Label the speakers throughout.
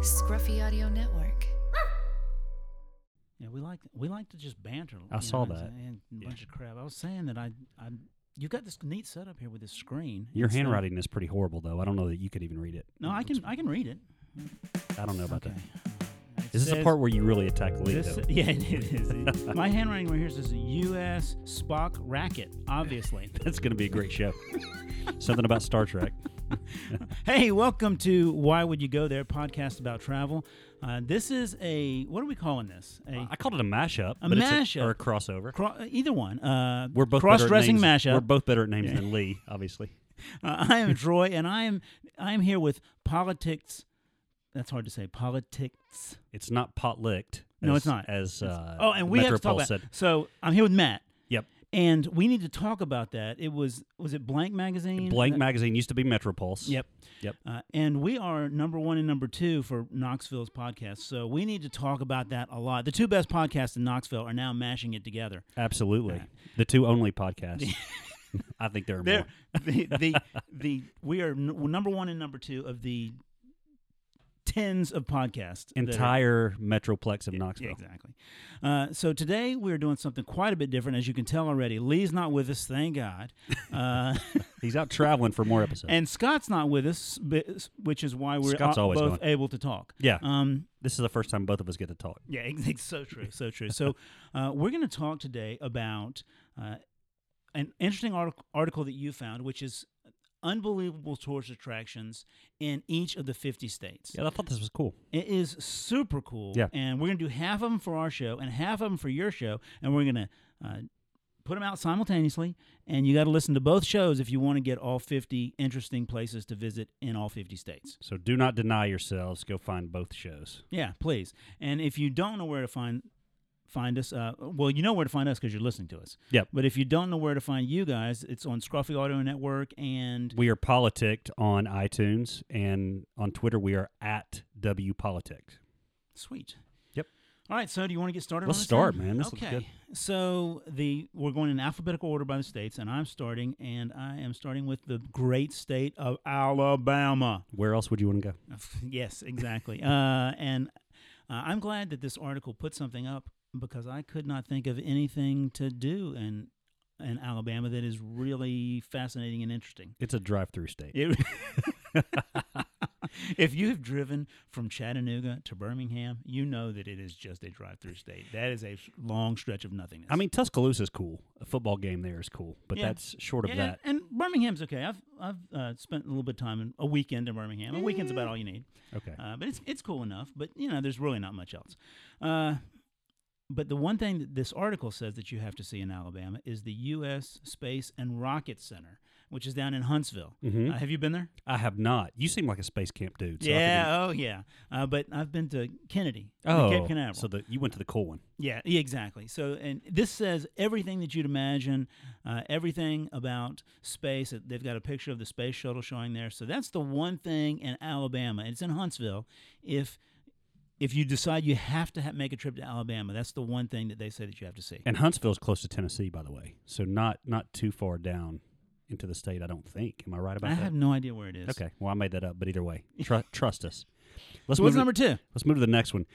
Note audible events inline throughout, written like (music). Speaker 1: Scruffy Audio Network.
Speaker 2: Yeah, we like we like to just banter. you
Speaker 3: saw
Speaker 2: and-
Speaker 3: that.
Speaker 2: and a bunch of crap. I was saying that I I you got this neat setup here with this screen.
Speaker 3: Your
Speaker 2: It's, uh,
Speaker 3: handwriting is pretty horrible, though. I don't know that you could even read it.
Speaker 2: No, I can I can read it.
Speaker 3: I don't know about
Speaker 2: Okay.
Speaker 3: that. Is this the
Speaker 4: says-
Speaker 3: part where you really attack Lee?
Speaker 4: This-
Speaker 3: though? (laughs)
Speaker 2: (laughs)
Speaker 4: yeah, it is.
Speaker 2: My handwriting right here says U.S. Spock racket.
Speaker 3: (laughs)
Speaker 2: Obviously.
Speaker 3: That's going to be a
Speaker 2: (laughs)
Speaker 3: great show. Something about Star Trek.
Speaker 2: hey, welcome to Why Would You Go There podcast about travel. Uh, this is a what are we calling this? A
Speaker 3: Uh, I called it a mashup.
Speaker 2: A
Speaker 3: but it's
Speaker 2: mashup.
Speaker 3: or a crossover.
Speaker 2: cro- either one. Uh,
Speaker 3: We're both better at
Speaker 2: cross-dressing
Speaker 3: names-
Speaker 2: mashup.
Speaker 3: We're both better at names than Lee, obviously.
Speaker 2: Uh, I am Troy, and I am I am here with politics. That's hard to say. Politics.
Speaker 3: It's not pot licked.
Speaker 2: No, it's not.
Speaker 3: As uh,
Speaker 2: oh, and we have to talk
Speaker 3: Metropole
Speaker 2: about.
Speaker 3: said.
Speaker 2: So I'm here with Matt,
Speaker 3: Yep.
Speaker 2: and we need to talk about that. It was was it Blank Magazine?
Speaker 3: Blank
Speaker 2: Uh,
Speaker 3: magazine used to be Metropulse.
Speaker 2: Yep.
Speaker 3: Yep.
Speaker 2: Uh, and we are number one and number two for Knoxville's podcast, so we need to talk about that a lot. The two best podcasts in Knoxville are now mashing it together.
Speaker 3: Absolutely. The two only podcasts.
Speaker 2: (laughs)
Speaker 3: I think there are
Speaker 2: They're-
Speaker 3: more.
Speaker 2: (laughs) the, the, the, we are n- number one and number two of the tens of podcasts. that are-
Speaker 3: Entire Metroplex of
Speaker 2: Yeah,
Speaker 3: Knoxville.
Speaker 2: Exactly. Uh, so today we're doing something quite a bit different, as you can tell already. Lee's not with us, thank
Speaker 3: (laughs)
Speaker 2: God. Uh,
Speaker 3: He's out traveling for
Speaker 2: (laughs)
Speaker 3: more episodes.
Speaker 2: and Scott's not with us, but- which is why we're
Speaker 3: uh, Scott's
Speaker 2: a-
Speaker 3: always
Speaker 2: both
Speaker 3: gone.
Speaker 2: able to talk.
Speaker 3: yeah.
Speaker 2: Um,
Speaker 3: This is the first time both of us get to talk.
Speaker 2: yeah, (laughs) ex- ex- so true, so true.
Speaker 3: (laughs)
Speaker 2: So uh, we're going to talk today about uh, an interesting artic- article that you found, which is unbelievable tourist attractions in each of the 50 states.
Speaker 3: Yeah, I thought this was cool.
Speaker 2: It is super cool.
Speaker 3: Yeah.
Speaker 2: And we're going to do half of them for our show and half of them for your show. And we're going to uh, put them out simultaneously. And you got to listen to both shows if you want to get all 50 interesting places to visit in all 50 states.
Speaker 3: So do not deny yourselves. Go find both shows.
Speaker 2: Yeah, please. And if you don't know where to find find us, uh, well, you know where to find us because you're listening to us.
Speaker 3: Yep.
Speaker 2: But if you don't know where to find you guys, it's on Scruffy Audio Network and
Speaker 3: We are politicked on iTunes and on Twitter. We are at WPoliticked.
Speaker 2: Sweet.
Speaker 3: Yep.
Speaker 2: All right, so do you want to get started?
Speaker 3: Let's
Speaker 2: on this
Speaker 3: start,
Speaker 2: thing?
Speaker 3: man. This looks
Speaker 2: okay. So the we're going in alphabetical order by the states, and I'm starting, and I am starting with the great state of Alabama. (laughs)
Speaker 3: Where else would you want to go?
Speaker 2: yes,
Speaker 3: (laughs)
Speaker 2: exactly. uh, and uh, I'm glad that this article put something up because I could not think of anything to do in in Alabama that is really fascinating and interesting.
Speaker 3: It's a drive-through state.
Speaker 2: It, (laughs) if you have driven from Chattanooga to Birmingham, you know that it is just a drive-through state. That is a s- long stretch of nothingness.
Speaker 3: I mean, Tuscaloosa's cool. A football game there is cool, but
Speaker 2: Yeah.
Speaker 3: that's short of
Speaker 2: and,
Speaker 3: that.
Speaker 2: and Birmingham's okay. I've I've uh, spent a little bit of time in a weekend in Birmingham. A weekend's about all you need,
Speaker 3: Eh. Okay.
Speaker 2: uh, but it's it's cool enough. But you know, there's really not much else. Uh, but the one thing that this article says that you have to see in Alabama is the U.S. Space and Rocket Center, which is down in Huntsville.
Speaker 3: Mhm.
Speaker 2: Uh, have you been there?
Speaker 3: I have not. You seem like a space camp dude. So I figured-
Speaker 2: yeah, oh yeah. Uh, but I've been to Kennedy, and
Speaker 3: oh,
Speaker 2: Cape Canaveral.
Speaker 3: so the, you went to the cool one.
Speaker 2: yeah, yeah, exactly. So, and this says everything that you'd imagine, uh, everything about space. Uh, They've got a picture of the space shuttle showing there. So that's the one thing in Alabama. and It's in Huntsville. If if you decide you have to ha- make a trip to Alabama, that's the one thing that they say that you have to see.
Speaker 3: And Huntsville's close to Tennessee, by the way. So not not too far down into the state, I don't think. Am I right about
Speaker 2: I
Speaker 3: that?
Speaker 2: have no idea where it is.
Speaker 3: Okay. Well, I made that up, but either way,
Speaker 2: (laughs)
Speaker 3: tr- trust us. Let's
Speaker 2: So what's
Speaker 3: move
Speaker 2: number
Speaker 3: To,
Speaker 2: two?
Speaker 3: let's move to the next one.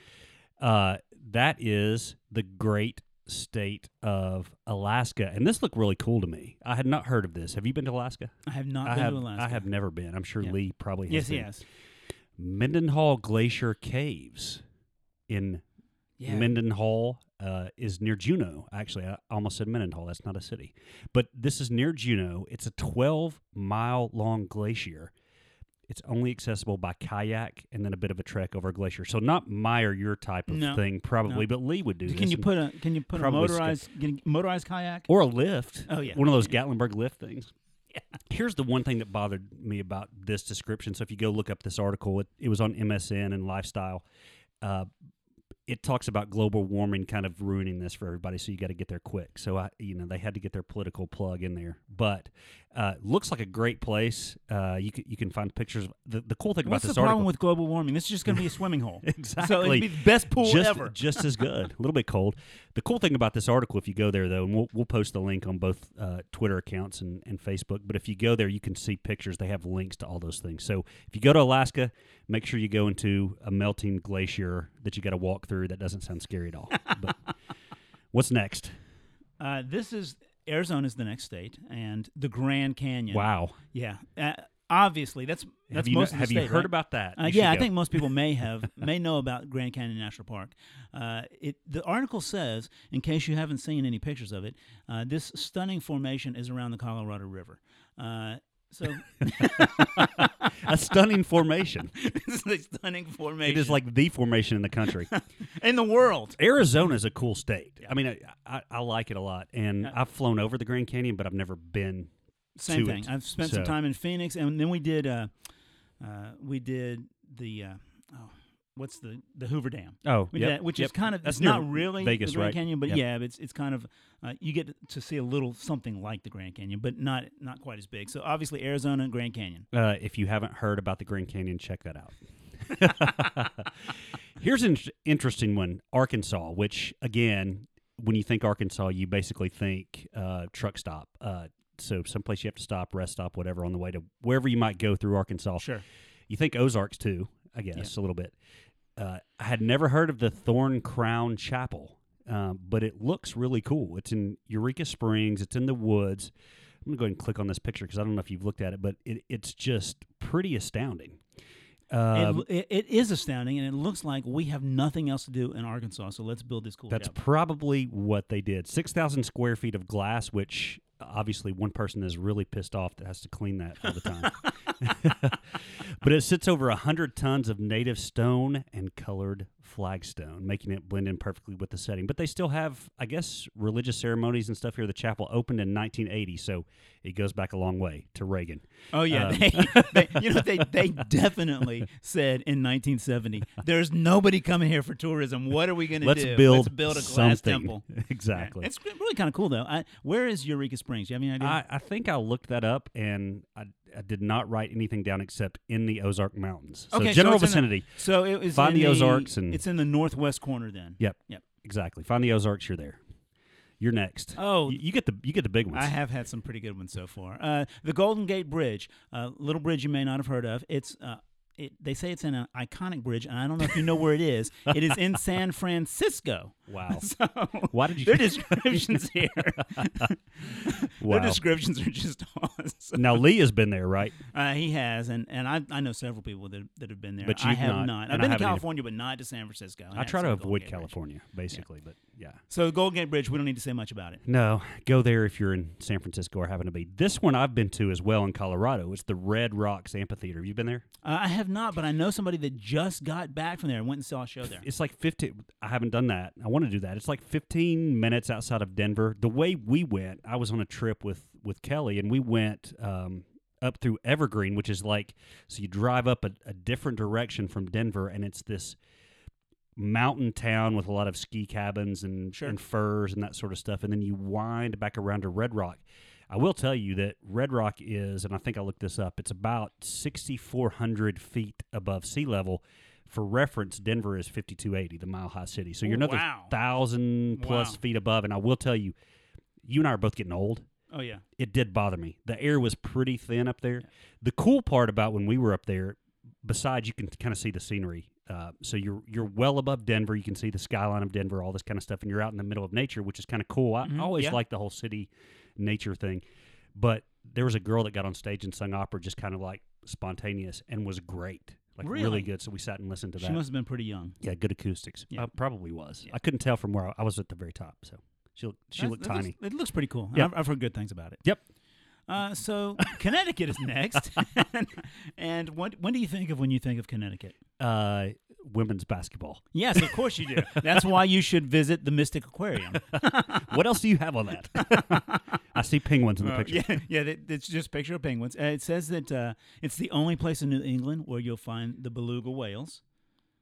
Speaker 3: Uh, that is the great state of Alaska, and this looked really cool to me. I had not heard of this. Have you been to Alaska?
Speaker 2: I have not
Speaker 3: I
Speaker 2: been
Speaker 3: have.
Speaker 2: to Alaska.
Speaker 3: I have never been. I'm sure
Speaker 2: Yeah.
Speaker 3: Lee probably has.
Speaker 2: Yes,
Speaker 3: been.
Speaker 2: yes.
Speaker 3: Mendenhall Glacier Caves in
Speaker 2: Yeah.
Speaker 3: Mendenhall uh, is near Juneau. Actually, I almost said Mendenhall. That's not a city, but this is near Juneau. It's a 12 mile long glacier. It's only accessible by kayak and then a bit of a trek over a glacier. So not my or your type of
Speaker 2: No,
Speaker 3: thing,
Speaker 2: no.
Speaker 3: probably. But Lee would do this.
Speaker 2: can you
Speaker 3: and-
Speaker 2: put a can you put a
Speaker 3: Probably skip-
Speaker 2: motorized can, motorized kayak?
Speaker 3: or a lift?
Speaker 2: Oh, yeah.
Speaker 3: one of those Gatlinburg
Speaker 2: (laughs)
Speaker 3: lift things. Here's the one thing that bothered me about this description. So if you go look up this article, it, it was on MSN and Lifestyle. Uh, it talks about global warming kind of ruining this for everybody, so you got to get there quick. So I, you know, they had to get their political plug in there. But Uh, looks like a great place. Uh, you can, you can find pictures. Of the, the cool thing
Speaker 2: What's
Speaker 3: about
Speaker 2: the
Speaker 3: this
Speaker 2: problem
Speaker 3: article,
Speaker 2: with global warming? This is just going to be a swimming
Speaker 3: (laughs)
Speaker 2: hole.
Speaker 3: Exactly.
Speaker 2: So it'd be the best pool
Speaker 3: just,
Speaker 2: ever. (laughs)
Speaker 3: just as good. A little bit cold. The cool thing about this article, if you go there though, and we'll, we'll post the link on both uh, Twitter accounts and, and Facebook. But if you go there, you can see pictures. They have links to all those things. So if you go to Alaska, make sure you go into a melting glacier that you got to walk through. That doesn't sound scary at all. But (laughs) what's next?
Speaker 2: Uh, this is Arizona's the next state, and the Grand Canyon.
Speaker 3: Wow.
Speaker 2: Yeah. Uh, obviously, that's that's
Speaker 3: have you, kno-
Speaker 2: most of the
Speaker 3: have you
Speaker 2: state,
Speaker 3: heard
Speaker 2: right?
Speaker 3: about that?
Speaker 2: Uh,
Speaker 3: You should
Speaker 2: yeah, I
Speaker 3: go.
Speaker 2: think most people may have
Speaker 3: (laughs)
Speaker 2: may know about Grand Canyon National Park. Uh, it the article says, in case you haven't seen any pictures of it, uh, this stunning formation is around the Colorado River. Uh,
Speaker 3: (laughs)
Speaker 2: so
Speaker 3: a
Speaker 2: (laughs)
Speaker 3: stunning formation.
Speaker 2: this is a stunning formation.
Speaker 3: It is like the formation in the country.
Speaker 2: in the world.
Speaker 3: Arizona is a cool state. I mean, I, I, I like it a lot, and I've flown over the Grand Canyon, but I've never been.
Speaker 2: Same
Speaker 3: to
Speaker 2: thing.
Speaker 3: it.
Speaker 2: I've spent some
Speaker 3: So-
Speaker 2: time in Phoenix, and then we did uh, uh, we did the uh, oh, what's the the Hoover Dam.
Speaker 3: Oh,
Speaker 2: We did that, which is kind of
Speaker 3: That's
Speaker 2: it's not
Speaker 3: near
Speaker 2: really
Speaker 3: Vegas,
Speaker 2: the Grand
Speaker 3: right?
Speaker 2: Canyon, but
Speaker 3: Yep.
Speaker 2: yeah, but it's it's kind of uh, you get to see a little something like the Grand Canyon, but not not quite as big. So obviously Arizona and Grand Canyon.
Speaker 3: Uh, if you haven't heard about the Grand Canyon, check that out. (laughs) Here's an inter- interesting one Arkansas, which, again, when you think Arkansas, you basically think uh, truck stop. Uh, so, someplace you have to stop, rest stop, whatever, on the way to wherever you might go through Arkansas.
Speaker 2: Sure.
Speaker 3: You think Ozarks too, I guess, a little bit. Uh, I had never heard of the Thorn Crown Chapel, um, but it looks really cool. It's in Eureka Springs, it's in the woods. I'm going to go ahead and click on this picture because I don't know if you've looked at it, but it, it's just pretty astounding.
Speaker 2: It
Speaker 3: Um,
Speaker 2: l- it, it is astounding, and it looks like we have nothing else to do in Arkansas, so let's build this cool.
Speaker 3: that's
Speaker 2: dam.
Speaker 3: probably what they did. 6,000 square feet of glass, which obviously one person is really pissed off that has to clean that all
Speaker 2: (laughs)
Speaker 3: the time. (laughs) but it sits over 100 tons of native stone and colored flagstone, making it blend in perfectly with the setting. But they still have, I guess, religious ceremonies and stuff here. The chapel opened in 1980, so it goes back a long way to Reagan.
Speaker 2: oh yeah,
Speaker 3: um, (laughs)
Speaker 2: they, they, you know they they definitely said in 1970, there's nobody coming here for tourism. What are we going to
Speaker 3: Let's
Speaker 2: do?
Speaker 3: build,
Speaker 2: let's build a glass
Speaker 3: something.
Speaker 2: temple. Yeah.
Speaker 3: (laughs) exactly.
Speaker 2: It's really kind of cool though. I, where is Eureka Springs? Do you have any idea?
Speaker 3: I, I think I looked that up and I, I did not write anything down except in the Ozark Mountains. So
Speaker 2: Okay, so
Speaker 3: general
Speaker 2: it's in the-
Speaker 3: vicinity.
Speaker 2: So it was
Speaker 3: Find
Speaker 2: in
Speaker 3: the Ozarks and-
Speaker 2: it's in the northwest corner. Then
Speaker 3: Yep.
Speaker 2: Yep.
Speaker 3: Exactly. Find the Ozarks. You're there. You're next.
Speaker 2: Oh.
Speaker 3: you, you get the you get the big ones.
Speaker 2: I have had some pretty good ones so far. Uh, the Golden Gate Bridge, uh, little bridge you may not have heard of. It's uh, it, they say it's an uh, iconic bridge, and I don't know if you know where it is. It is
Speaker 3: (laughs)
Speaker 2: in San Francisco. (laughs)
Speaker 3: Wow.
Speaker 2: So
Speaker 3: Why did (laughs) you?
Speaker 2: their descriptions here,
Speaker 3: (laughs) wow.
Speaker 2: their (laughs) descriptions are just awesome.
Speaker 3: now Lee has been there, right?
Speaker 2: Uh, he has, and, and I, I know several people that, that have been there.
Speaker 3: But
Speaker 2: I
Speaker 3: you've
Speaker 2: have
Speaker 3: not,
Speaker 2: not.
Speaker 3: and
Speaker 2: I've been
Speaker 3: I
Speaker 2: to
Speaker 3: haven't either.
Speaker 2: California, but not to San Francisco. and
Speaker 3: I
Speaker 2: haven't
Speaker 3: try to
Speaker 2: seen the Golden
Speaker 3: avoid
Speaker 2: Gate Bridge.
Speaker 3: California, basically, but yeah.
Speaker 2: So the Golden Gate Bridge, we don't need to say much about it.
Speaker 3: No, go there if you're in San Francisco or happen to be. This one I've been to as well in Colorado. It's the Red Rocks Amphitheater. Have you been there?
Speaker 2: Uh, I have not, but I know somebody that just got back from there and went and saw a show
Speaker 3: (laughs)
Speaker 2: there.
Speaker 3: It's like 15. I haven't done that. I want to do that. It's like 15 minutes outside of Denver. The way we went, I was on a trip with with Kelly, and we went um, up through Evergreen, which is like so you drive up a, a different direction from Denver, and it's this mountain town with a lot of ski cabins and,
Speaker 2: Sure.
Speaker 3: and furs and that sort of stuff. And then you wind back around to Red Rock. I will tell you that Red Rock is, and I think I looked this up, it's about 6,400 feet above sea level. For reference, Denver is 5280, the mile high city. So you're
Speaker 2: Oh,
Speaker 3: another
Speaker 2: wow.
Speaker 3: thousand plus
Speaker 2: Wow.
Speaker 3: feet above. And I will tell you, you and I are both getting old
Speaker 2: Oh yeah,
Speaker 3: it did bother me. The air was pretty thin up there. The cool part about when we were up there, besides you can kind of see the scenery. Uh, so you're you're well above Denver. You can see the skyline of Denver, all this kind of stuff, and you're out in the middle of nature, which is kind of cool. I,
Speaker 2: Mhm,
Speaker 3: I always
Speaker 2: yeah.
Speaker 3: like the whole city nature thing. But there was a girl that got on stage and sung opera, just kind of like spontaneous, and was great, like really,
Speaker 2: Really?
Speaker 3: good. So we sat and listened to that.
Speaker 2: she must have been pretty young.
Speaker 3: yeah, good acoustics.
Speaker 2: Yeah.
Speaker 3: Uh, probably was.
Speaker 2: Yeah.
Speaker 3: I couldn't tell from where I, I was at the very top. So she looked, she
Speaker 2: That-
Speaker 3: looked
Speaker 2: that looks-
Speaker 3: tiny.
Speaker 2: it looks pretty cool.
Speaker 3: Yeah.
Speaker 2: I've, I've heard good things about it.
Speaker 3: Yep.
Speaker 2: Uh,
Speaker 3: (laughs)
Speaker 2: so Connecticut is next, (laughs) and what when do you think of when you think of Connecticut?
Speaker 3: Uh, women's
Speaker 2: (laughs)
Speaker 3: basketball.
Speaker 2: Yes, of course you do. That's why you should visit the Mystic (laughs) Aquarium.
Speaker 3: what else do you have on that?
Speaker 2: (laughs)
Speaker 3: I see penguins in the
Speaker 2: Uh,
Speaker 3: picture.
Speaker 2: yeah, yeah. that- That's just a picture of penguins. Uh, it says that uh, it's the only place in New England where you'll find the beluga whales.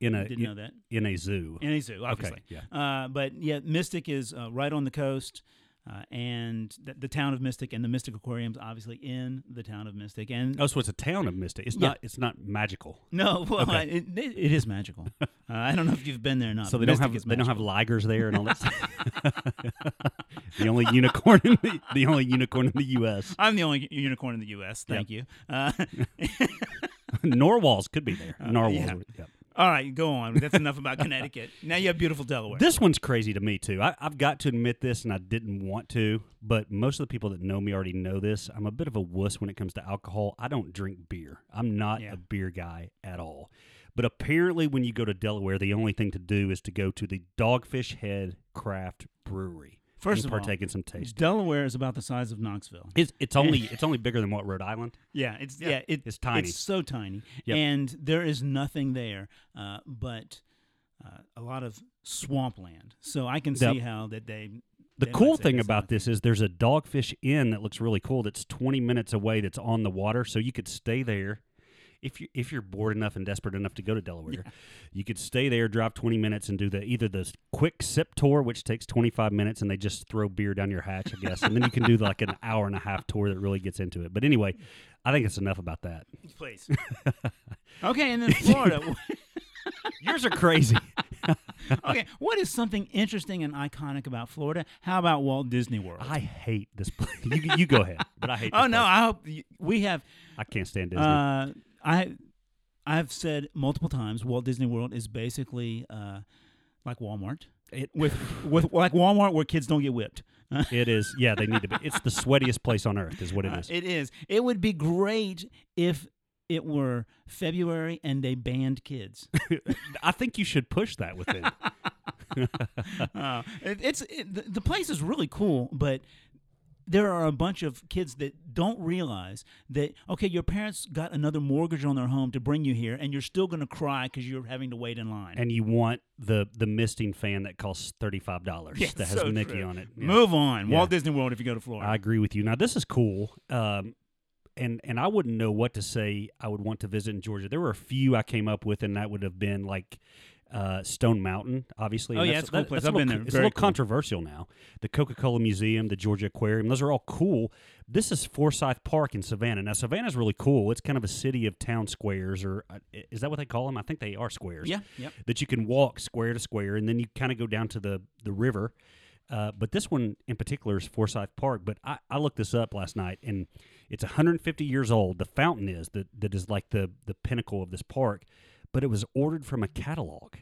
Speaker 3: In a
Speaker 2: I didn't know that.
Speaker 3: in a zoo.
Speaker 2: In a zoo, obviously.
Speaker 3: yeah.
Speaker 2: Uh, but yeah, Mystic is uh, right on the coast. uh, and th- the town of Mystic and the Mystic Aquarium's obviously in the town of Mystic. And
Speaker 3: Oh, so it's a town of Mystic. It's
Speaker 2: Yeah.
Speaker 3: not. It's not magical.
Speaker 2: no, (laughs) well,
Speaker 3: Okay.
Speaker 2: I- it, it- it is (laughs) magical. uh, I don't know if you've been there or not.
Speaker 3: So
Speaker 2: but
Speaker 3: they don't
Speaker 2: Uh, Mystic
Speaker 3: have
Speaker 2: is
Speaker 3: they don't have
Speaker 2: magical.
Speaker 3: ligers there and all that. stuff.
Speaker 2: (laughs)
Speaker 3: the only unicorn in the, the only unicorn in the
Speaker 2: (laughs)
Speaker 3: U.S.
Speaker 2: I'm the only u- unicorn in the U.S. Thank you. Uh, (laughs)
Speaker 3: Norwals could be there. Narwhals.
Speaker 2: yeah.
Speaker 3: would- yeah.
Speaker 2: all right, go on. That's enough
Speaker 3: (laughs)
Speaker 2: about Connecticut. Now you have beautiful Delaware.
Speaker 3: This one's crazy to me too. I, I've got to admit this, and I didn't want to, but most of the people that know me already know this. I'm a bit of a wuss when it comes to alcohol. I don't drink beer. I'm not
Speaker 2: Yeah.
Speaker 3: a beer guy at all. But apparently, when you go to Delaware, the only thing to do is to go to the Dogfish Head Craft Brewery.
Speaker 2: First
Speaker 3: and
Speaker 2: of all,
Speaker 3: partake in some taste.
Speaker 2: Delaware is about the size of Knoxville.
Speaker 3: It's,
Speaker 2: (laughs)
Speaker 3: it's only it's only bigger than what Rhode Island.
Speaker 2: Yeah, it's yeah, it-
Speaker 3: It's tiny.
Speaker 2: It's so tiny,
Speaker 3: Yep.
Speaker 2: and there is nothing there uh, but uh, a lot of swampland. So I can see
Speaker 3: Yep.
Speaker 2: how that they.
Speaker 3: The
Speaker 2: they
Speaker 3: cool
Speaker 2: might say
Speaker 3: thing
Speaker 2: that's
Speaker 3: about
Speaker 2: not-
Speaker 3: this is there's a Dogfish Inn that looks really cool. That's 20 minutes away. That's on the water, so you could stay there. If you if you're bored enough and desperate enough to go to Delaware, you could stay there, drive 20 minutes, and do the either the quick sip tour, which takes 25 minutes, and they just throw beer down your hatch, I guess, and then you can
Speaker 2: (laughs)
Speaker 3: do like an hour and a half tour that really gets into it. But anyway, I think it's enough about that. (laughs)
Speaker 2: place. okay, and then Florida.
Speaker 3: Yours are crazy.
Speaker 2: (laughs) okay, what is something interesting and iconic about Florida? How about Walt Disney World?
Speaker 3: (laughs) I hate this place. You, you go ahead, but I hate. This
Speaker 2: oh no,
Speaker 3: place.
Speaker 2: I hope y- we have.
Speaker 3: I can't stand Disney.
Speaker 2: Uh, I I've said multiple times Walt Disney World is basically uh, like Walmart
Speaker 3: It-
Speaker 2: with
Speaker 3: (laughs)
Speaker 2: with like Walmart where kids don't get whipped.
Speaker 3: It is. Yeah, they need to be. It's the sweatiest place on earth, is what it
Speaker 2: Uh,
Speaker 3: is.
Speaker 2: It is. It would be great if it were February and they banned
Speaker 3: (laughs)
Speaker 2: kids.
Speaker 3: I think you should push that with them.
Speaker 2: Uh, it- it's it, the- the place is really cool, but there are a bunch of kids that don't realize that okay, your parents got another mortgage on their home to bring you here, and you're still going to cry because you're having to wait in line.
Speaker 3: and you want the the misting fan that costs thirty five (laughs)
Speaker 2: (laughs)
Speaker 3: dollars
Speaker 2: Yeah,
Speaker 3: that has
Speaker 2: so
Speaker 3: Mickey
Speaker 2: true.
Speaker 3: on it. Yeah.
Speaker 2: Move on,
Speaker 3: Yeah.
Speaker 2: Walt Disney World. If you go to Florida,
Speaker 3: I agree with you. Now this is cool. Um, and and I wouldn't know what to say. I would want to visit in Georgia. There were a few I came up with, and that would have been like. Uh, Stone Mountain, obviously.
Speaker 2: Oh,
Speaker 3: and
Speaker 2: yeah,
Speaker 3: that's-
Speaker 2: it's a cool
Speaker 3: that-
Speaker 2: place.
Speaker 3: that's
Speaker 2: I've
Speaker 3: little
Speaker 2: been
Speaker 3: co-
Speaker 2: there.
Speaker 3: It's a
Speaker 2: Very
Speaker 3: little
Speaker 2: cool.
Speaker 3: controversial now. The Coca Cola Museum, the Georgia Aquarium, those are all cool. This is Forsyth Park in Savannah. Now, Savannah's really cool. It's kind of a city of town squares, or uh, is that what they call them? I think they are
Speaker 2: (laughs)
Speaker 3: squares
Speaker 2: yeah,
Speaker 3: (laughs)
Speaker 2: yep.
Speaker 3: that you can walk square to square, and then you kind of go down to the the river. Uh, but this one in particular is Forsyth Park. But I, I looked this up last night, and it's 150 years old. The fountain is that that is like the the pinnacle of this park, but it was ordered from
Speaker 2: (laughs)
Speaker 3: a catalog.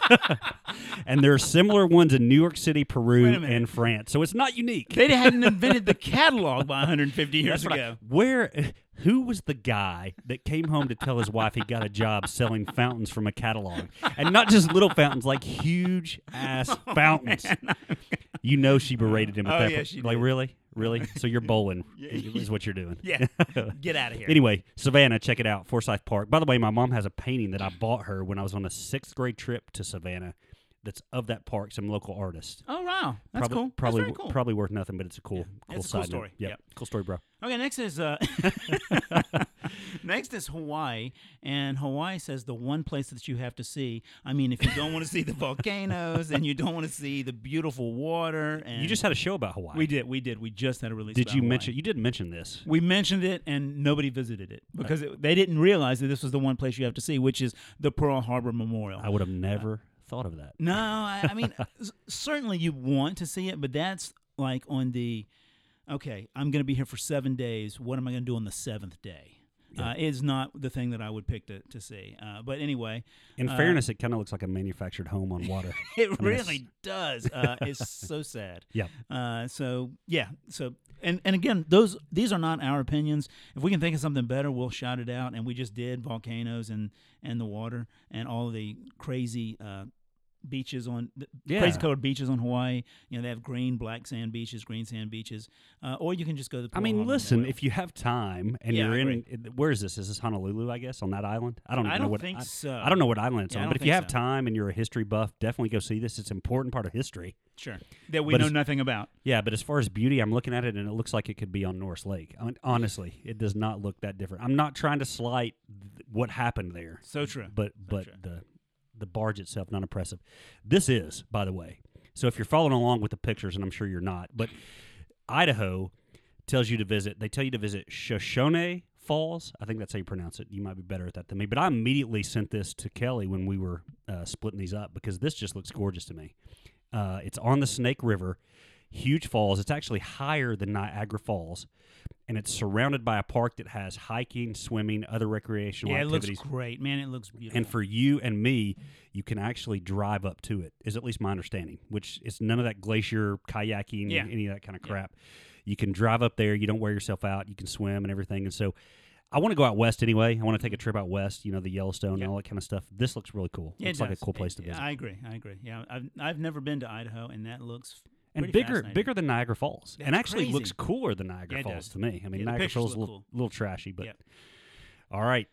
Speaker 3: (laughs) and there are similar ones in New York City, Peru,
Speaker 2: Wait a minute.
Speaker 3: and France. So it's not unique.
Speaker 2: They hadn't invented the catalog by 150 years
Speaker 3: That's what I- (laughs)
Speaker 2: ago.
Speaker 3: where, who was the guy that came home to tell his wife he got a job selling fountains from a catalog, and not just little fountains, like huge
Speaker 2: (laughs)
Speaker 3: ass fountains? You know she berated him. At
Speaker 2: Oh,
Speaker 3: that
Speaker 2: yeah,
Speaker 3: point.
Speaker 2: she
Speaker 3: Like
Speaker 2: did.
Speaker 3: really,
Speaker 2: (laughs)
Speaker 3: really. So you're bowling
Speaker 2: Yeah.
Speaker 3: is what you're doing.
Speaker 2: Yeah, get out of here.
Speaker 3: Anyway, Savannah, check it out, Forsyth Park. By the way, my mom has a painting that I bought her when I was on a sixth grade trip to Savannah. That's of that park, some local artist.
Speaker 2: Oh wow, that's
Speaker 3: probably,
Speaker 2: cool. That's
Speaker 3: Probably,
Speaker 2: very cool.
Speaker 3: probably worth nothing, but it's a cool, cool
Speaker 2: it's a
Speaker 3: side
Speaker 2: cool
Speaker 3: note.
Speaker 2: story.
Speaker 3: Yep.
Speaker 2: Yep.
Speaker 3: cool story, bro.
Speaker 2: Okay, next is
Speaker 3: (laughs)
Speaker 2: uh, (laughs) next is Hawaii, and Hawaii says the one place that you have to see. I mean, if you don't want to see the volcanoes and you don't want to see the beautiful water, and
Speaker 3: You just had a show about Hawaii.
Speaker 2: we did, we did, we just had a release.
Speaker 3: Did
Speaker 2: about
Speaker 3: you
Speaker 2: Hawaii.
Speaker 3: mention? You did mention this.
Speaker 2: We mentioned it, and nobody visited it because it, they didn't realize that this was the one place you have to see, which is the Pearl Harbor Memorial.
Speaker 3: I would have never thought of that.
Speaker 2: No, I, I mean, (laughs) s- certainly you want to see it, but that's like on the okay, I'm going to be here for seven days. What am I going to do on the seventh day? Uh, is not the thing that I would pick to, to see. Uh, but anyway,
Speaker 3: In fairness, it kind of looks like a manufactured home on (laughs) water.
Speaker 2: it
Speaker 3: I mean, it's-
Speaker 2: really does. Uh, it's so sad.
Speaker 3: Yeah.
Speaker 2: Uh, so yeah. So and and again, those these are not our opinions. If we can think of something better, we'll shout it out. And we just did volcanoes and and the water and all the crazy. Uh, Beaches on the
Speaker 3: Yeah.
Speaker 2: crazy colored beaches on Hawaii. You know they have green, black sand beaches, green sand beaches, uh, or you can just go to. The
Speaker 3: I mean, listen, if you have time and
Speaker 2: Yeah,
Speaker 3: you're
Speaker 2: I
Speaker 3: in, it- where is this? Is this Honolulu? I guess on that island. I don't.
Speaker 2: I
Speaker 3: know
Speaker 2: don't
Speaker 3: what,
Speaker 2: think
Speaker 3: I,
Speaker 2: so.
Speaker 3: I don't know what island it's
Speaker 2: Yeah, I
Speaker 3: on.
Speaker 2: don't
Speaker 3: But if you
Speaker 2: think
Speaker 3: have
Speaker 2: so.
Speaker 3: time and you're a history buff, definitely go see this. It's an important part of history.
Speaker 2: sure that we
Speaker 3: But
Speaker 2: know
Speaker 3: it's-
Speaker 2: nothing about.
Speaker 3: Yeah, but as far as beauty, I'm looking at it and it looks like it could be on Norse Lake. I mean, honestly, it does not look that different. I'm not trying to slight th- what happened there.
Speaker 2: So true.
Speaker 3: but but
Speaker 2: true.
Speaker 3: the the barge itself not impressive. This is, by the way, So if you're following along with the pictures, and I'm sure you're not, but Idaho tells you to visit. They tell you to visit Shoshone Falls. I think that's how you pronounce it. You might be better at that than me. But I immediately sent this to Kelly when we were uh, splitting these up because this just looks gorgeous to me. Uh, it's on the Snake River, huge falls. It's actually higher than Niagara Falls, and it's surrounded by a park that has hiking, swimming, other recreational
Speaker 2: Yeah, it looks
Speaker 3: activities.
Speaker 2: great, man. It looks beautiful.
Speaker 3: And for you and me, you can actually drive up to it, is at least my understanding, which is none of that glacier kayaking,
Speaker 2: Yeah.
Speaker 3: and any of that kind of crap. You can drive up there, you don't wear yourself out, you can swim and everything. And so I want to go out west anyway. I want to take a trip out west, you know, the Yellowstone
Speaker 2: Yeah.
Speaker 3: and all that kind of stuff. This looks really cool.
Speaker 2: Yeah, it
Speaker 3: it's like a
Speaker 2: does.
Speaker 3: cool place to
Speaker 2: It-
Speaker 3: visit.
Speaker 2: I agree. I agree. Yeah, I've I've never been to Idaho, and that looks f-
Speaker 3: and
Speaker 2: pretty
Speaker 3: bigger
Speaker 2: fascinating.
Speaker 3: bigger than Niagara Falls. and
Speaker 2: That's
Speaker 3: actually
Speaker 2: crazy.
Speaker 3: looks cooler than Niagara
Speaker 2: Yeah, it
Speaker 3: Falls
Speaker 2: does.
Speaker 3: to me. I mean,
Speaker 2: Yeah, the
Speaker 3: Niagara
Speaker 2: pictures
Speaker 3: Falls
Speaker 2: look
Speaker 3: a little,
Speaker 2: cool.
Speaker 3: little trashy, but
Speaker 2: Yep.
Speaker 3: all right.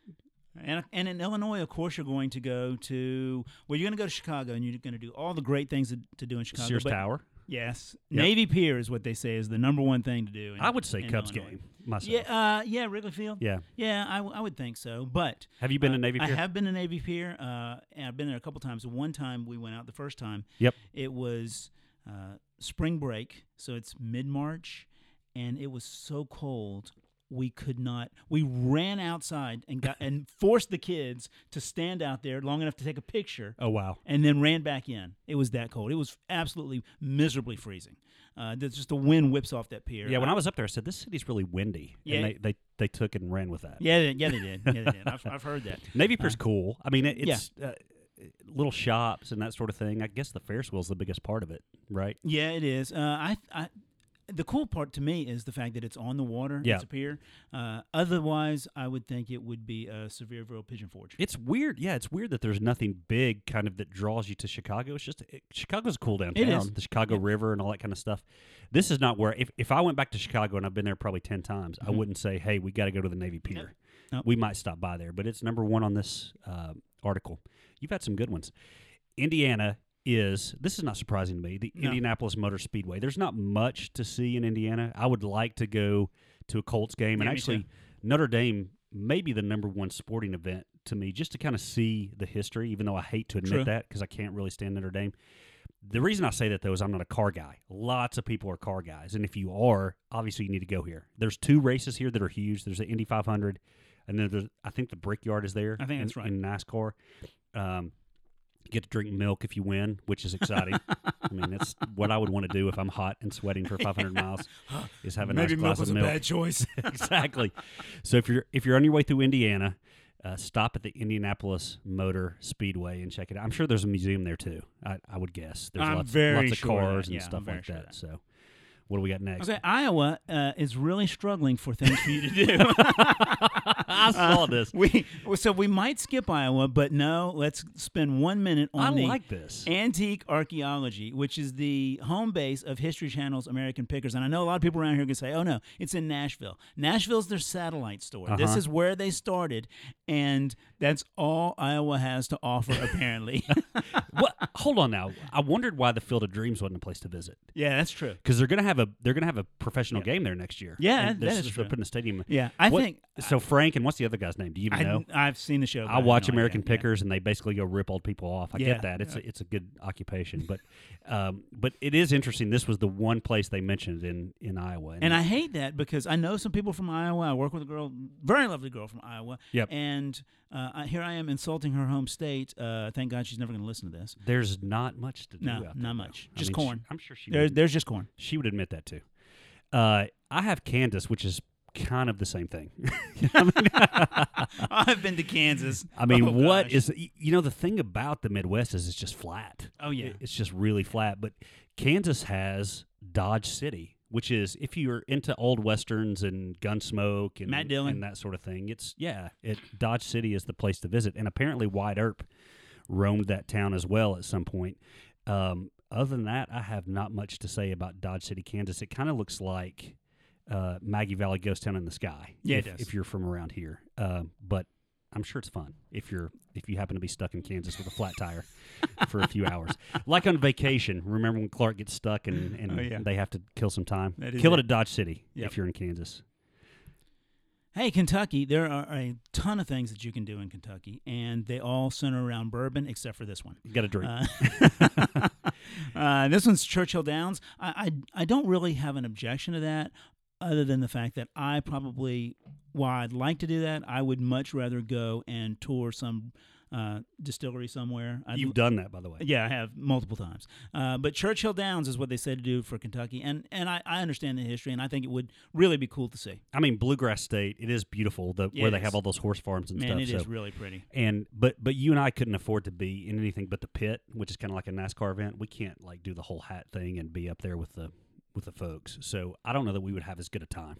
Speaker 2: And, and in Illinois, of course, you're going to go to well, you're going to go to Chicago, and you're going to do all the great things to, to do in Chicago.
Speaker 3: Sears
Speaker 2: but-
Speaker 3: Tower.
Speaker 2: Yes,
Speaker 3: Yep.
Speaker 2: Navy Pier is what they say is the number one thing to do. in-
Speaker 3: I would say
Speaker 2: in
Speaker 3: Cubs
Speaker 2: Illinois.
Speaker 3: game myself.
Speaker 2: Yeah, uh, yeah, Wrigley Field.
Speaker 3: Yeah.
Speaker 2: yeah, I, w- I would think so. But
Speaker 3: Have you been
Speaker 2: uh,
Speaker 3: to Navy Pier?
Speaker 2: I have been to Navy Pier, uh, and I've been there a couple times. One time we went out the first time.
Speaker 3: Yep.
Speaker 2: It was uh, spring break, so it's mid March, and it was so cold we could not. We ran outside and got
Speaker 3: (laughs)
Speaker 2: and forced the kids to stand out there long enough to take a picture
Speaker 3: Oh wow.
Speaker 2: and then ran back in. It was that cold. It was absolutely miserably freezing. Uh, that's just the wind whips off that pier.
Speaker 3: Yeah, when I was up there, I said this city's really windy.
Speaker 2: Yeah.
Speaker 3: and they, they they took it and ran with that.
Speaker 2: yeah, they- yeah, they did. Yeah, they did. I've, I've heard that.
Speaker 3: Navy Pier's cool. I mean, it,
Speaker 2: yeah.
Speaker 3: it's uh, little shops and that sort of thing. I guess the Ferris wheel's the biggest part of it, right?
Speaker 2: Yeah, it is. Uh, I, I, the cool part to me is the fact that it's on the water.
Speaker 3: Yeah.
Speaker 2: It's a pier. Uh, otherwise, I would think it would be a Sevierville Pigeon Forge.
Speaker 3: It's weird. Yeah, it's weird that there's nothing big kind of that draws you to Chicago. It's just it, Chicago's cool downtown.
Speaker 2: is.
Speaker 3: The Chicago River and all that kind of stuff. This is not where if, if I went back to Chicago and I've been there probably 10 times,
Speaker 2: Mm-hmm.
Speaker 3: I wouldn't say, "Hey, we got to go to the Navy Pier."
Speaker 2: Nope.
Speaker 3: We might stop by there, but it's number 1 on this uh, article. You've had some good ones. Indiana is this is not surprising to me. The
Speaker 2: No.
Speaker 3: Indianapolis Motor Speedway. There's not much to see in Indiana. I would like to go to a Colts game and
Speaker 2: Yeah, me
Speaker 3: actually
Speaker 2: too.
Speaker 3: Notre Dame may be the number one sporting event to me just to kind of see the history. Even though I hate to admit
Speaker 2: True.
Speaker 3: that because I can't really stand Notre Dame. The reason I say that though is I'm not a car guy. Lots of people are car guys, and if you are, obviously you need to go here. There's two races here that are huge. There's the Indy 500, and then there's I think the Brickyard is there.
Speaker 2: I think
Speaker 3: in-
Speaker 2: that's right.
Speaker 3: in NASCAR. Um, you get to drink milk if you win, which is exciting.
Speaker 2: (laughs)
Speaker 3: I mean, that's what I would want to do if I'm hot and sweating for 500 miles
Speaker 2: (laughs)
Speaker 3: is have a nice glass of milk. (laughs)
Speaker 2: choice.
Speaker 3: exactly. So if you're if you're on your way through Indiana, uh, stop at the Indianapolis Motor Speedway and check it out. I'm sure there's a museum there too. I, I would guess there's
Speaker 2: I'm
Speaker 3: lots,
Speaker 2: very
Speaker 3: lots of
Speaker 2: sure of
Speaker 3: cars
Speaker 2: that.
Speaker 3: and
Speaker 2: Yeah,
Speaker 3: stuff
Speaker 2: I'm very
Speaker 3: like
Speaker 2: sure of
Speaker 3: that.
Speaker 2: that.
Speaker 3: So what do we got next?
Speaker 2: okay, Iowa uh, is really struggling for things for you to do.
Speaker 3: (laughs) I
Speaker 2: (laughs)
Speaker 3: saw this.
Speaker 2: we so we might skip Iowa, but no, let's spend one minute on
Speaker 3: I
Speaker 2: the
Speaker 3: like this.
Speaker 2: Antique Archaeology, which is the home base of History Channel's American Pickers. And I know a lot of people around here can say, oh no, it's in Nashville. Nashville's their satellite store. This
Speaker 3: Uh-huh.
Speaker 2: is where they started, and that's all Iowa has to offer,
Speaker 3: (laughs)
Speaker 2: apparently. (laughs)
Speaker 3: what? Hold on now. I wondered why the Field of Dreams wasn't a place to visit.
Speaker 2: yeah, that's true.
Speaker 3: because they're gonna have a they're gonna have a professional game there next year.
Speaker 2: Yeah,
Speaker 3: And
Speaker 2: that
Speaker 3: this
Speaker 2: is
Speaker 3: they're
Speaker 2: true.
Speaker 3: putting a stadium.
Speaker 2: Yeah, I
Speaker 3: What-
Speaker 2: think-
Speaker 3: so. Frank and what's the other guy's name? Do you even know?
Speaker 2: I, have seen the show. but
Speaker 3: I
Speaker 2: have
Speaker 3: watch
Speaker 2: no idea.
Speaker 3: American
Speaker 2: Yeah.
Speaker 3: Pickers, and they basically go rip old people off. I
Speaker 2: Yeah.
Speaker 3: get that; it's a, it's a good occupation, but um, but it is interesting. This was the one place they mentioned in in Iowa,
Speaker 2: And I hate that because I know some people from Iowa. I work with a girl, very lovely girl from Iowa.
Speaker 3: Yep.
Speaker 2: And uh, I- here I am insulting her home state. Uh, thank God she's never going to listen to this.
Speaker 3: there's not much to do.
Speaker 2: No,
Speaker 3: out there,
Speaker 2: not
Speaker 3: though.
Speaker 2: much.
Speaker 3: I
Speaker 2: Just
Speaker 3: mean,
Speaker 2: corn.
Speaker 3: She, I'm sure she
Speaker 2: There,
Speaker 3: would,
Speaker 2: there's just corn.
Speaker 3: she would admit that too. Uh, I have Candace, which is kind of the same thing.
Speaker 2: (laughs) I've been to Kansas.
Speaker 3: I
Speaker 2: (laughs)
Speaker 3: mean,
Speaker 2: Oh,
Speaker 3: what
Speaker 2: gosh.
Speaker 3: is y you know the thing about the Midwest is it's just flat.
Speaker 2: Oh, yeah.
Speaker 3: It- it's just really flat. But Kansas has Dodge City, which is if you're into old westerns and Gunsmoke and
Speaker 2: Matt Dillon.
Speaker 3: and that sort of thing. It's yeah, it Dodge City is the place to visit, and apparently Wyatt Earp roamed that town as well at some point. Um, other than that, I have not much to say about Dodge City, Kansas. It kind of looks like uh, Maggie Valley Ghost Town in the Sky.
Speaker 2: Yeah, it
Speaker 3: if,
Speaker 2: does.
Speaker 3: if you're from around here, um, but I'm sure it's fun if you're if you happen to be stuck in Kansas with a flat tire for a
Speaker 2: (laughs)
Speaker 3: few hours, like on vacation. Remember when Clark gets stuck and, and
Speaker 2: Oh, yeah.
Speaker 3: they have to kill some time?
Speaker 2: That is
Speaker 3: kill
Speaker 2: it.
Speaker 3: it at Dodge City
Speaker 2: Yep.
Speaker 3: if you're in Kansas.
Speaker 2: Hey, Kentucky, there are a ton of things that you can do in Uh, Kentucky, and they all center around bourbon, except for this one.
Speaker 3: You got to drink.
Speaker 2: Uh, (laughs) Uh, this one's Churchill Downs. I, I I don't really have an objection to that, other than the fact that I probably, while I'd like to do that, I would much rather go and tour some uh, distillery somewhere. I'd,
Speaker 3: You've done that, by the way.
Speaker 2: yeah, I have multiple times. Uh, but Churchill Downs is what they said to do for Kentucky, and and I, I understand the history, and I think it would really be cool to see.
Speaker 3: I mean, Bluegrass State. It is beautiful. The,
Speaker 2: Yeah,
Speaker 3: where
Speaker 2: it
Speaker 3: they
Speaker 2: is.
Speaker 3: have all those horse farms and
Speaker 2: Man,
Speaker 3: stuff.
Speaker 2: it is
Speaker 3: so.
Speaker 2: really pretty.
Speaker 3: and but but you and I couldn't afford to be in anything but the pit, which is kind of like a NASCAR event. We can't like do the whole hat thing and be up there with the with the folks. So I don't know that we would have as good a time.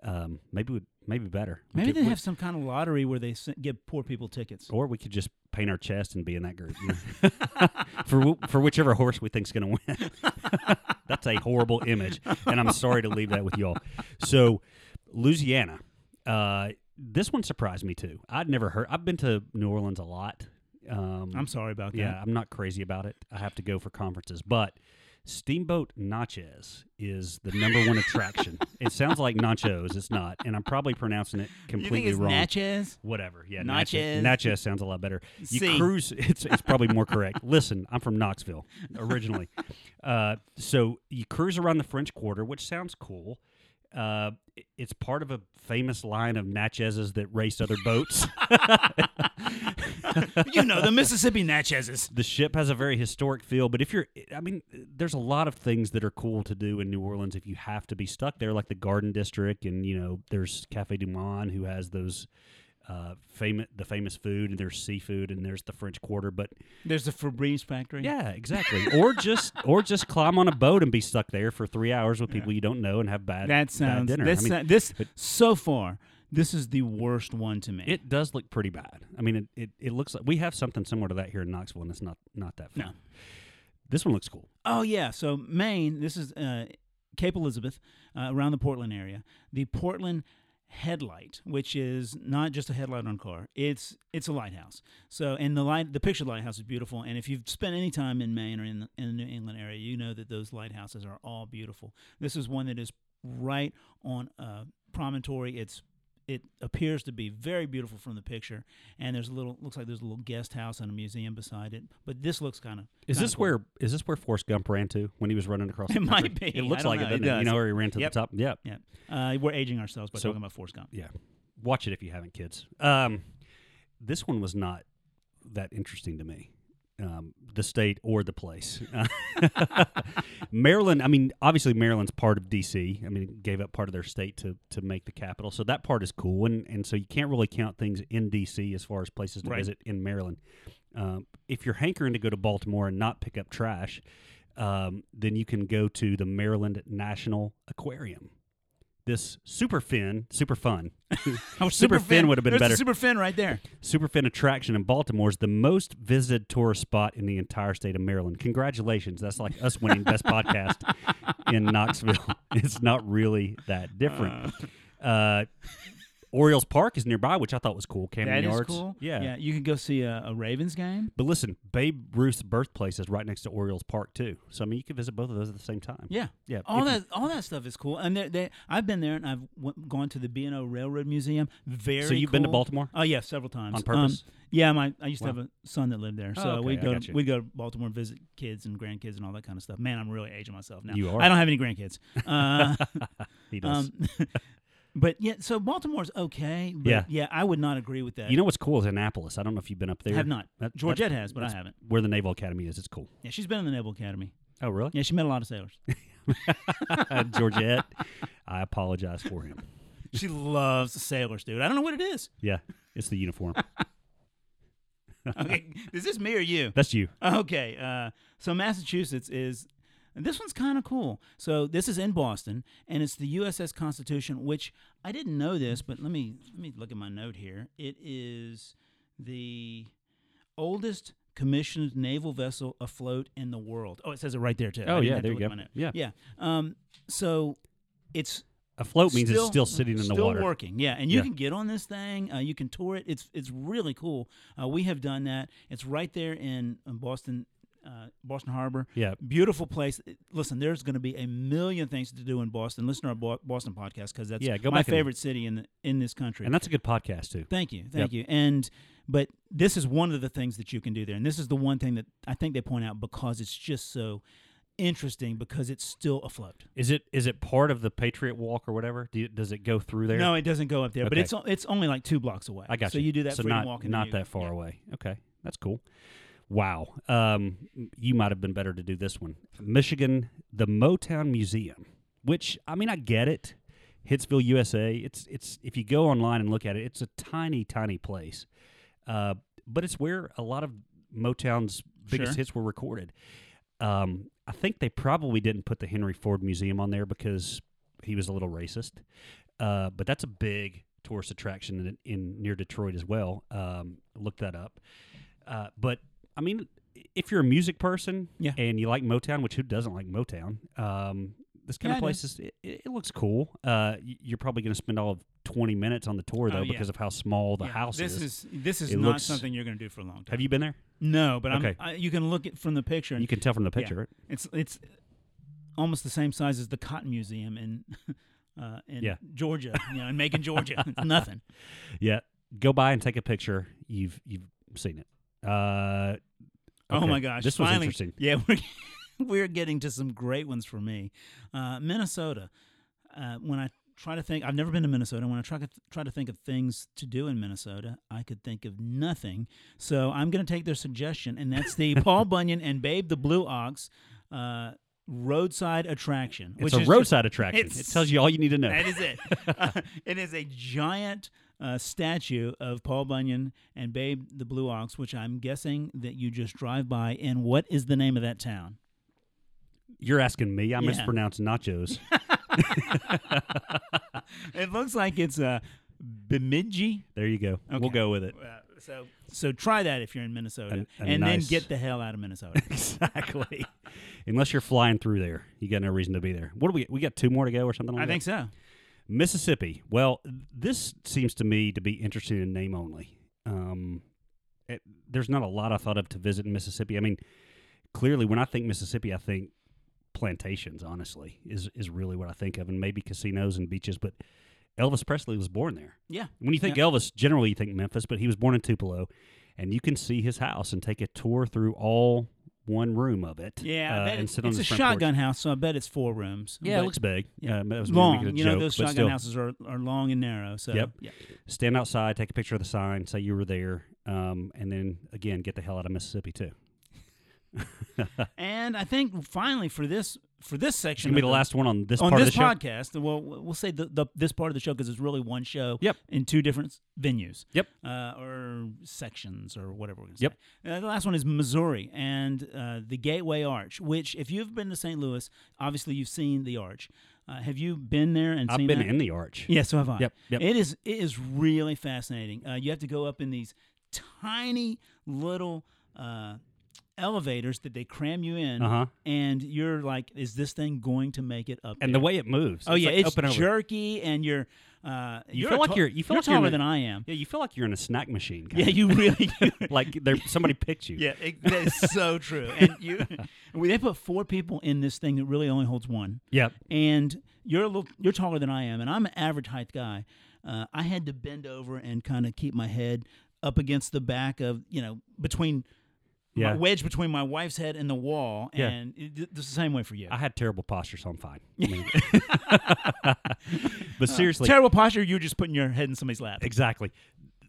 Speaker 3: Um, maybe would maybe better. We
Speaker 2: Maybe
Speaker 3: could-
Speaker 2: they
Speaker 3: we-
Speaker 2: have some kind of lottery where they s- give poor people tickets.
Speaker 3: or we could just paint our chest and be in that group you know? (laughs) for wh- for whichever horse we think's going to win. (laughs) That's a horrible image, and I'm sorry to leave that with y'all. So, Louisiana, uh, this one surprised me too. I'd never heard. I've been to New Orleans a lot. Um,
Speaker 2: I'm sorry about that.
Speaker 3: yeah, I'm not crazy about it. I have to go for conferences, but Steamboat Nachos is the number
Speaker 2: (laughs)
Speaker 3: one attraction. it sounds like nachos. It's not, and I'm probably pronouncing it completely
Speaker 2: you think it's
Speaker 3: wrong
Speaker 2: Natchez?
Speaker 3: whatever. Yeah,
Speaker 2: Natchez.
Speaker 3: Natchez. Natchez sounds a lot better. You
Speaker 2: See. (laughs)
Speaker 3: cruise. It's it's probably more correct. Listen, I'm from Knoxville
Speaker 2: (laughs)
Speaker 3: originally, uh, so you cruise around the French Quarter, which sounds cool. Uh, i- it's part of a famous line of Natchezes that race other boats.
Speaker 2: (laughs) you know, the Mississippi Natchezes.
Speaker 3: the ship has a very historic feel, but if you're, I mean, there's a lot of things that are cool to do in New Orleans if you have to be stuck there, like the Garden District, and you know, there's Cafe Du Monde who has those uh, famous the famous food, and there's seafood, and there's the French Quarter. But
Speaker 2: There's the Febreze factory.
Speaker 3: yeah, exactly.
Speaker 2: (laughs)
Speaker 3: or just or just climb on a boat and be stuck there for three hours with people you don't know and have bad
Speaker 2: that
Speaker 3: bad
Speaker 2: sounds.
Speaker 3: dinner.
Speaker 2: This,
Speaker 3: I mean,
Speaker 2: sou- this
Speaker 3: but-
Speaker 2: so far, this is the worst one to me.
Speaker 3: it does look pretty bad. I mean, it, it, it looks like we have something similar to that here in Knoxville, and it's not not that fun.
Speaker 2: No.
Speaker 3: This one looks cool.
Speaker 2: oh yeah, so Maine. This is uh, Cape Elizabeth, uh, around the Portland area. The Portland headlight, which is not just a headlight on a car. It's it's a lighthouse. So and the light, the picture lighthouse is beautiful. And if you've spent any time in Maine or in the, in the New England area, you know that those lighthouses are all beautiful. This is one that is right on a promontory. It's it appears to be very beautiful from the picture, and there's a little looks like there's a little guest house and a museum beside it. But this looks kind of
Speaker 3: Is this where is this where Forrest Gump ran to when he was running across? the
Speaker 2: It might
Speaker 3: country?
Speaker 2: be.
Speaker 3: It
Speaker 2: I
Speaker 3: looks
Speaker 2: don't
Speaker 3: like
Speaker 2: know.
Speaker 3: it. Doesn't
Speaker 2: It
Speaker 3: it
Speaker 2: does.
Speaker 3: You know where he ran to
Speaker 2: Yep.
Speaker 3: the top. Yeah,
Speaker 2: Yeah. Uh, we're aging ourselves by
Speaker 3: So-
Speaker 2: talking about Forrest
Speaker 3: (laughs)
Speaker 2: Gump.
Speaker 3: yeah. Watch it if you haven't, kids. Um, this one was not that interesting to me. Um, the state or the place, (laughs) Maryland. I mean, obviously Maryland's part of D.C. I mean, it gave up part of their state to to make the capital, so that part is cool. And and so you can't really count things in D.C. as far as places to
Speaker 2: Right.
Speaker 3: visit in Maryland. Um, if you're hankering to go to Baltimore and not pick up trash, um, then you can go to the Maryland National Aquarium. This super fin, super fun. Super Fin would have been
Speaker 2: There's
Speaker 3: better.
Speaker 2: The super Finn right there.
Speaker 3: Superfin attraction in Baltimore is the most visited tourist spot in the entire state of Maryland. Congratulations. That's like us
Speaker 2: (laughs)
Speaker 3: winning best podcast in Knoxville. (laughs) It's not really that different. Uh, Orioles Park is nearby, which I thought was cool. Camden
Speaker 2: That is
Speaker 3: Yards.
Speaker 2: cool.
Speaker 3: Yeah.
Speaker 2: yeah. You can go see a, a Ravens game.
Speaker 3: But listen, Babe Ruth's birthplace is right next to Orioles Park too. So I mean, you could visit both of those at the same time.
Speaker 2: Yeah,
Speaker 3: Yeah,
Speaker 2: All
Speaker 3: if
Speaker 2: that, all that stuff is cool. And they, they, I've been there, and I've w- gone to the B and O Railroad Museum. Very.
Speaker 3: So you've been to
Speaker 2: cool.
Speaker 3: Baltimore?
Speaker 2: Oh yeah, several times
Speaker 3: On purpose?
Speaker 2: Um, yeah, my I used
Speaker 3: Wow.
Speaker 2: to have a son that lived there,
Speaker 3: Oh,
Speaker 2: so
Speaker 3: okay,
Speaker 2: we'd
Speaker 3: I
Speaker 2: go
Speaker 3: got
Speaker 2: to,
Speaker 3: you.
Speaker 2: we'd go to Baltimore and visit kids and grandkids and all that kind of stuff. Man, I'm really aging myself now.
Speaker 3: You are.
Speaker 2: I don't have any
Speaker 3: (laughs)
Speaker 2: grandkids. Uh,
Speaker 3: He does.
Speaker 2: um, (laughs) but yeah, so Baltimore's okay. But yeah,
Speaker 3: Yeah.
Speaker 2: I would not agree with that.
Speaker 3: you know what's cool is Annapolis. I don't know if you've been up there.
Speaker 2: have not.
Speaker 3: That-
Speaker 2: Georgette
Speaker 3: that's-
Speaker 2: has, but I
Speaker 3: that's
Speaker 2: haven't.
Speaker 3: Where the Naval Academy is, it's cool.
Speaker 2: Yeah, she's been in the Naval Academy.
Speaker 3: Oh, really?
Speaker 2: Yeah, she met a lot of sailors.
Speaker 3: Uh, Georgette, I apologize for him.
Speaker 2: (laughs) she loves sailors, dude. I don't know what it is.
Speaker 3: Yeah, it's the uniform.
Speaker 2: (laughs) Okay, is this me or you?
Speaker 3: That's you.
Speaker 2: Okay, uh, so Massachusetts is. and This one's kind of cool. So this is in Boston, and it's the USS Constitution, which I didn't know this, but let me let me look at my note here. It is the oldest commissioned naval vessel afloat in the world. Oh, it says it right there too.
Speaker 3: Oh,
Speaker 2: I didn't
Speaker 3: yeah,
Speaker 2: have to
Speaker 3: there you
Speaker 2: look at
Speaker 3: go.
Speaker 2: my note.
Speaker 3: Yeah.
Speaker 2: yeah. Um, so it's
Speaker 3: Afloat means
Speaker 2: still-
Speaker 3: it's still sitting in the
Speaker 2: still
Speaker 3: water.
Speaker 2: working, yeah. And you
Speaker 3: Yeah.
Speaker 2: can get on this thing. Uh, you can tour it. It's it's really cool. Uh, we have done that. It's right there in, in Boston, uh, Boston Harbor.
Speaker 3: Yeah.
Speaker 2: Beautiful place. It- Listen, there's going to be a million things to do in Boston. Listen to our Bo- Boston podcast because that's
Speaker 3: Yeah, go
Speaker 2: my
Speaker 3: back and-
Speaker 2: favorite city in the, in this country.
Speaker 3: And that's a good podcast, too.
Speaker 2: Thank you, thank you. And but this is one of the things that you can do there, and this is the one thing that I think they point out because it's just so interesting because it's still afloat.
Speaker 3: Is it is it part of the Patriot Walk or whatever? Do you, does it go through there?
Speaker 2: No, it doesn't go up there, but
Speaker 3: Okay.
Speaker 2: it's o- it's only like two blocks away.
Speaker 3: I got
Speaker 2: so
Speaker 3: you.
Speaker 2: you do that
Speaker 3: So
Speaker 2: freedom
Speaker 3: not
Speaker 2: walk, and then
Speaker 3: not
Speaker 2: you-
Speaker 3: that far
Speaker 2: yeah.
Speaker 3: away. Okay, that's cool. Wow, um, you might have been better to do this one. Michigan, the Motown Museum, which I mean, I get it. Hitsville, USA. It's it's if you go online and look at it, it's a tiny, tiny place, uh, but it's where a lot of Motown's biggest
Speaker 2: Sure.
Speaker 3: hits were recorded. Um, I think they probably didn't put the Henry Ford Museum on there because he was a little racist. Uh, but that's a big tourist attraction in, in near Detroit as well. Um, look that up. Uh, but I mean, if you're a music person
Speaker 2: Yeah.
Speaker 3: and you like Motown, which who doesn't like Motown? Um, this kind
Speaker 2: Yeah, I
Speaker 3: of
Speaker 2: do.
Speaker 3: place is it, it it looks cool. Uh, y- you're probably going to spend all of 20 minutes on the tour though
Speaker 2: Oh, yeah.
Speaker 3: because of how small the
Speaker 2: Yeah,
Speaker 3: house
Speaker 2: this
Speaker 3: is.
Speaker 2: is this is
Speaker 3: It
Speaker 2: not
Speaker 3: looks-
Speaker 2: something you're going to do for a long time.
Speaker 3: Have you been there?
Speaker 2: No, but
Speaker 3: Okay.
Speaker 2: I'm, I, you can look at from the picture. And
Speaker 3: You can tell from the
Speaker 2: Yeah.
Speaker 3: picture.
Speaker 2: It's it's almost the same size as the Cotton Museum in (laughs) uh, in
Speaker 3: Yeah.
Speaker 2: Georgia, you know, in Macon, Georgia. (laughs) It's nothing.
Speaker 3: Yeah. Go by and take a picture. You've you've seen it. Uh,
Speaker 2: Oh
Speaker 3: okay.
Speaker 2: my gosh!
Speaker 3: This
Speaker 2: Finally,
Speaker 3: was interesting.
Speaker 2: Yeah, (laughs) we're we're getting to some great ones for me. Uh, Minnesota. Uh, when I try to think, I've never been to Minnesota. When I try to try to think of things to do in Minnesota, I could think of nothing. So I'm going to take their suggestion, and that's
Speaker 3: (laughs)
Speaker 2: the Paul Bunyan and Babe the Blue Ox uh, roadside attraction.
Speaker 3: It's
Speaker 2: which
Speaker 3: a
Speaker 2: is just-
Speaker 3: roadside attraction.
Speaker 2: it's-
Speaker 3: It tells you all you need to
Speaker 2: (laughs)
Speaker 3: know.
Speaker 2: that is it. Uh, it is a giant uh, statue of Paul Bunyan and Babe the Blue Ox, which I'm guessing that you just drive by. And what is the name of that town?
Speaker 3: You're asking me. I
Speaker 2: Yeah. (laughs)
Speaker 3: mispronounced nachos.
Speaker 2: It looks like it's uh, Bemidji.
Speaker 3: there you go. We'll
Speaker 2: Okay.
Speaker 3: go (laughs) with it.
Speaker 2: Uh, so, so try that if you're in Minnesota,
Speaker 3: A- a
Speaker 2: and
Speaker 3: nice-
Speaker 2: then get the hell out of
Speaker 3: (laughs)
Speaker 2: Minnesota.
Speaker 3: Exactly. Unless you're flying through there, you got no reason to be there. What do we? We got two more to go or something. Like
Speaker 2: I
Speaker 3: that?
Speaker 2: think so.
Speaker 3: Mississippi. Well, this seems to me to be interesting in name only. Um, it- there's not a lot I thought of to visit in Mississippi. I mean, clearly, when I think Mississippi, I think plantations. Honestly, is is really what I think of, and maybe casinos and beaches. But Elvis Presley was born there.
Speaker 2: Yeah.
Speaker 3: When you think Elvis, generally you think Memphis, but he was born in Tupelo, and you can see his house and take a tour through all one room of it.
Speaker 2: Yeah, I
Speaker 3: uh,
Speaker 2: bet
Speaker 3: and
Speaker 2: it's,
Speaker 3: sit on
Speaker 2: it's a
Speaker 3: his front porch.
Speaker 2: shotgun house, so I bet it's four rooms.
Speaker 3: Yeah, it
Speaker 2: But
Speaker 3: looks big.
Speaker 2: yeah.
Speaker 3: Uh, that was me
Speaker 2: long.
Speaker 3: making a
Speaker 2: You know,
Speaker 3: joke,
Speaker 2: those
Speaker 3: but
Speaker 2: shotgun
Speaker 3: still.
Speaker 2: houses are, are long and narrow. So
Speaker 3: Yep.
Speaker 2: yeah.
Speaker 3: stand outside, take a picture of the sign, say you were there, um, and then again get the hell out of Mississippi too.
Speaker 2: And I think finally for this for this
Speaker 3: It's
Speaker 2: section,
Speaker 3: gonna be
Speaker 2: of
Speaker 3: the last one on this
Speaker 2: on
Speaker 3: part
Speaker 2: this
Speaker 3: of the show.
Speaker 2: podcast. Well, we'll say the, the this part of the show because it's really one show.
Speaker 3: Yep.
Speaker 2: In two different s- venues.
Speaker 3: Yep.
Speaker 2: Uh, or sections or whatever we're gonna
Speaker 3: Yep.
Speaker 2: say. Uh, the last one is Missouri and uh, the Gateway Arch, which if you've been to St. Louis, obviously you've seen the arch. Uh, have you been there and
Speaker 3: I've
Speaker 2: seen
Speaker 3: been
Speaker 2: that?
Speaker 3: in the arch.
Speaker 2: Yeah, so have I.
Speaker 3: Yep, yep.
Speaker 2: It is it is really fascinating. Uh, you have to go up in these tiny little uh, elevators that they cram you in,
Speaker 3: Uh-huh.
Speaker 2: and you're like, is this thing going to make it up?
Speaker 3: And
Speaker 2: there?
Speaker 3: the way it moves.
Speaker 2: oh yeah,
Speaker 3: like
Speaker 2: it's
Speaker 3: up and over.
Speaker 2: jerky, and you're uh,
Speaker 3: You
Speaker 2: you're
Speaker 3: feel
Speaker 2: a
Speaker 3: like
Speaker 2: ta-
Speaker 3: you're- you feel
Speaker 2: you're
Speaker 3: like you're in
Speaker 2: taller
Speaker 3: a-
Speaker 2: than I am.
Speaker 3: Yeah, you feel like you're in a snack machine.
Speaker 2: (laughs) Yeah,
Speaker 3: kinda.
Speaker 2: you
Speaker 3: (laughs)
Speaker 2: really.
Speaker 3: like
Speaker 2: (laughs)
Speaker 3: there somebody picked you.
Speaker 2: yeah, it, that is so true. And (laughs) you, well, they put four people in this thing that really only holds one.
Speaker 3: Yep.
Speaker 2: and you're a little, you're taller than I am, and I'm an average height guy. Uh, I had to bend over and kind of keep my head up against the back of you know between
Speaker 3: Yeah.
Speaker 2: my wedge between my wife's head and the wall,
Speaker 3: Yeah.
Speaker 2: and it, it's the same way for you.
Speaker 3: I had terrible posture, so I'm fine. I mean- (laughs) but seriously,
Speaker 2: Terrible posture. You're just putting your head in somebody's lap.
Speaker 3: exactly.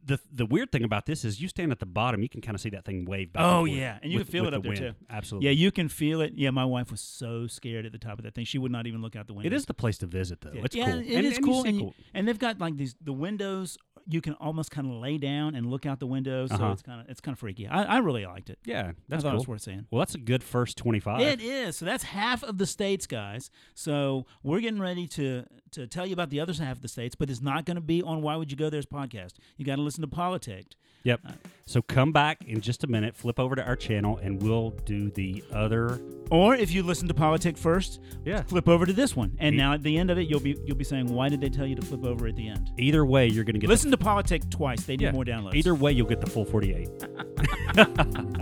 Speaker 3: The the weird thing about this is you stand at the bottom, you can kind of see that thing wave back.
Speaker 2: Oh,
Speaker 3: and forth
Speaker 2: yeah, and you
Speaker 3: with-
Speaker 2: can feel
Speaker 3: with
Speaker 2: it up
Speaker 3: the
Speaker 2: there,
Speaker 3: wind.
Speaker 2: too.
Speaker 3: Absolutely.
Speaker 2: Yeah, you can feel it. Yeah, my wife was so scared at the top of that thing; she would not even look out the window.
Speaker 3: It is the place to visit, though. It's
Speaker 2: yeah,
Speaker 3: cool.
Speaker 2: it
Speaker 3: and,
Speaker 2: is
Speaker 3: and you
Speaker 2: cool.
Speaker 3: see
Speaker 2: And, you- and they've got like these the windows. You can almost kind of lay down and look out the window, so
Speaker 3: Uh-huh.
Speaker 2: it's kind of it's kind of freaky. I, I really liked it.
Speaker 3: Yeah,
Speaker 2: I
Speaker 3: that's
Speaker 2: thought
Speaker 3: cool.
Speaker 2: it was worth saying.
Speaker 3: Well, that's a good first 25.
Speaker 2: It is. So that's half of the states, guys. So we're getting ready to to tell you about the other half of the states, but it's not going to be on Why Would You Go There's podcast. You got to listen to Politicked.
Speaker 3: Yep. So come back in just a minute, flip over to our channel, and we'll do the other.
Speaker 2: Or if you listen to Politic first,
Speaker 3: Yeah.
Speaker 2: flip over to this one. And
Speaker 3: Ye-
Speaker 2: now at the end of it, you'll be you'll be saying, "Why did they tell you to flip over at the end?"
Speaker 3: Either way, you're going to get
Speaker 2: Listen to Politic twice. They
Speaker 3: the,
Speaker 2: need more downloads.
Speaker 3: Either way, you'll get the full 48.